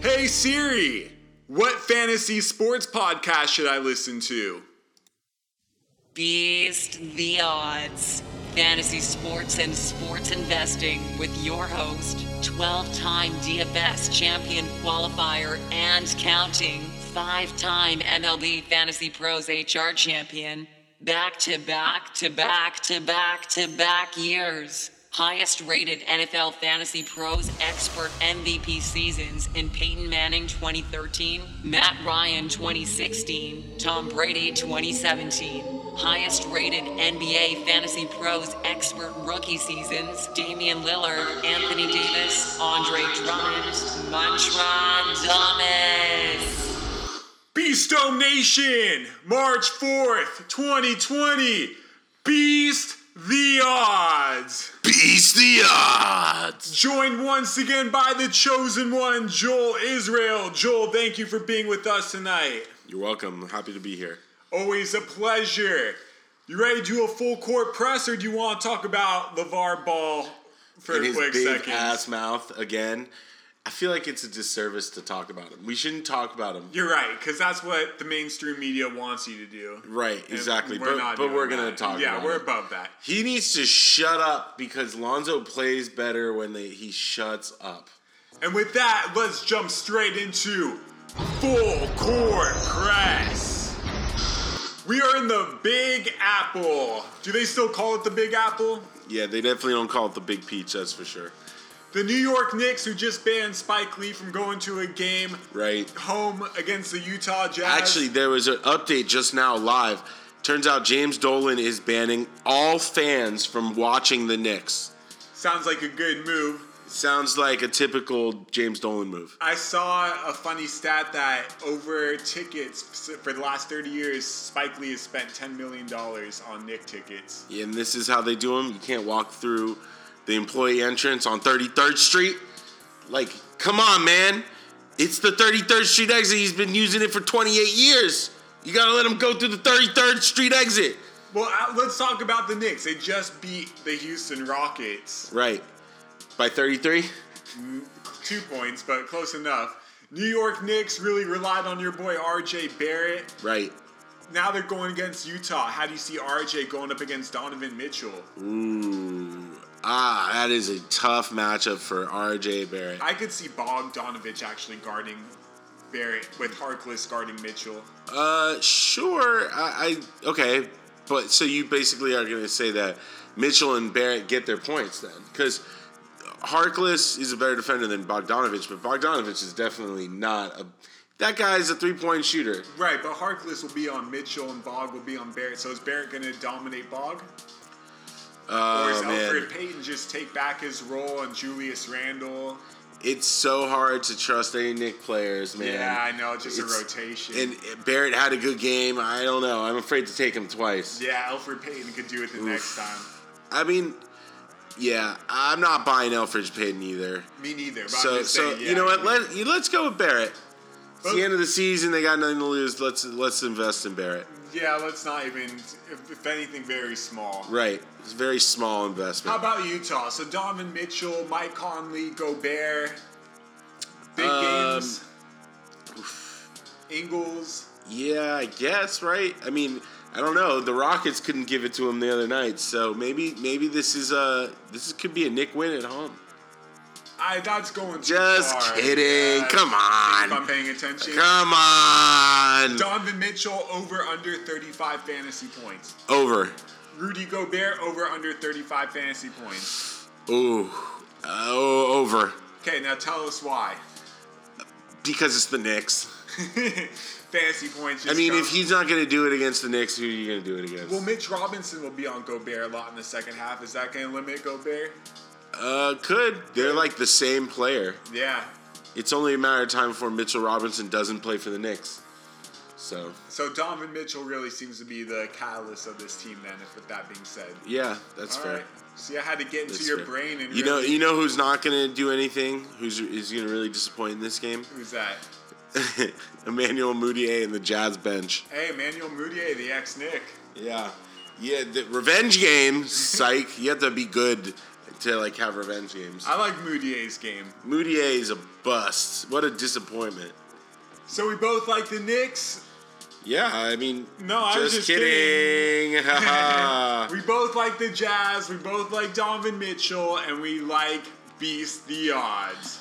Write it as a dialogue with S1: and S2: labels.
S1: Hey Siri, what fantasy sports podcast should I listen to?
S2: Beast the Odds. Fantasy sports and sports investing with your host, 12 time DFS champion qualifier and counting, five time MLB Fantasy Pros HR champion, back to back to back to back to back years. Highest rated NFL Fantasy Pros expert MVP seasons in Peyton Manning 2013, Matt Ryan 2016, Tom Brady 2017. Highest rated NBA Fantasy Pros expert rookie seasons Damian Lillard, Anthony Davis, Andre Drummond, Mantra Thomas.
S1: Beastome Nation, March 4th, 2020. Beast the odds.
S3: Beast the odds.
S1: Joined once again by the chosen one, Joel Israel. Joel, thank you for being with us tonight.
S3: You're welcome. Happy to be here.
S1: Always a pleasure. You ready to do a full court press, or do you want to talk about LeVar Ball for
S3: In
S1: a
S3: his
S1: quick
S3: big
S1: second?
S3: ass mouth again. I feel like it's a disservice to talk about him. We shouldn't talk about him.
S1: You're right, because that's what the mainstream media wants you to do.
S3: right,
S1: And
S3: exactly.
S1: we're
S3: but
S1: not
S3: but
S1: doing
S3: we're gonna
S1: that.
S3: talk.
S1: Yeah,
S3: about
S1: we're
S3: it.
S1: above that.
S3: He needs to shut up because Lonzo plays better when they, he shuts up.
S1: And with that, let's jump straight into full court press. We are in the Big Apple. Do they still call it the Big Apple?
S3: Yeah, they definitely don't call it the big peach. That's for sure.
S1: The New York Knicks, who just banned Spike Lee from going to a game
S3: Right.
S1: home against the Utah Jazz.
S3: Actually, there was an update just now live. Turns out James Dolan is banning all fans from watching the Knicks.
S1: sounds like a good move.
S3: Sounds like a typical James Dolan move.
S1: I saw a funny stat that over tickets for the last 30 years, Spike Lee has spent $10 million on Nick tickets.
S3: And this is how they do them. You can't walk through the employee entrance on 33rd Street. Like, come on, man. It's the 33rd Street exit. He's been using it for 28 years. You gotta let him go through the 33rd Street exit.
S1: Well, uh, let's talk about the Knicks. They just beat the Houston Rockets.
S3: Right. By 33?
S1: Two points, but close enough. New York Knicks really relied on your boy RJ Barrett.
S3: Right.
S1: Now they're going against Utah. How do you see RJ going up against Donovan Mitchell?
S3: Ooh. Ah, that is a tough matchup for RJ Barrett.
S1: I could see Bogdanovich actually guarding Barrett with Harkless guarding Mitchell.
S3: Uh, sure. I, I okay, but so you basically are going to say that Mitchell and Barrett get their points then, because Harkless is a better defender than Bogdanovich, but Bogdanovich is definitely not a. That guy is a three-point shooter.
S1: Right, but Harkless will be on Mitchell and Bog will be on Barrett. So is Barrett going to dominate Bog? or
S3: Oh
S1: is Alfred
S3: man,
S1: Payton just take back his role on Julius Randle?
S3: it's so hard to trust any Nick players, man.
S1: Yeah, I know, just
S3: It's-
S1: a rotation.
S3: And Barrett had a good game. I don't know. I'm afraid to take him twice.
S1: Yeah, Alfred Payton could do it the next time.
S3: I mean, yeah, I'm not buying Alfred Payton either.
S1: Me neither. But I'm
S3: So,
S1: just
S3: so
S1: saying, yeah,
S3: you know what? Let you, let's go with Barrett. It's
S1: Okay.
S3: the end of the season. They got nothing to lose. Let's let's invest in Barrett.
S1: yeah, let's not even. If, if anything, very small.
S3: Right. It's a very small
S1: How
S3: investment.
S1: about Utah? So Donovan Mitchell, Mike Conley, Gobert, big
S3: Um,
S1: games. Ingles.
S3: yeah, I guess. Right. I mean, I don't know. The Rockets couldn't give it to him the other night, so maybe maybe this is a this is, could be a Nick win at home.
S1: I that's going too
S3: Just
S1: far.
S3: kidding. Come on.
S1: If I'm paying attention.
S3: Come on.
S1: Donovan Mitchell over under 35 fantasy points.
S3: Over.
S1: Rudy Gobert over under 35 fantasy points.
S3: Ooh. Oh, over.
S1: Okay, now tell us why.
S3: Because it's the Knicks.
S1: fantasy points.
S3: I
S1: Just
S3: mean,
S1: come-
S3: if he's not going to do it against the Knicks, who are you going to do it against?
S1: Well, Mitch Robinson will be on Gobert a lot in the second half. Is that going to limit Gobert?
S3: Uh, could. They're like the same player.
S1: Yeah.
S3: It's only a matter of time before Mitchell Robinson doesn't play for the Knicks. So,
S1: So Donovan Mitchell really seems to be the catalyst of this team. Then, if with that being said,
S3: yeah, that's
S1: All
S3: fair.
S1: right. See, I had to get into
S3: That's
S1: your
S3: fair.
S1: brain and
S3: you know,
S1: really-
S3: you know who's not going to do anything? Who's is going to really disappoint in this game?
S1: who's that?
S3: Emmanuel Mudiay and the Jazz bench.
S1: Hey, Emmanuel Mudiay, the ex Nick.
S3: Yeah, yeah. The revenge game, psych. you have to be good to like have revenge games.
S1: I like Moutier's game.
S3: Moutier is a bust. What a disappointment.
S1: So we both like the Knicks.
S3: Yeah, I mean,
S1: No, I
S3: just
S1: was just
S3: kidding. Haha.
S1: we both like the Jazz. We both like Donovan Mitchell, and we like Beast the Odds.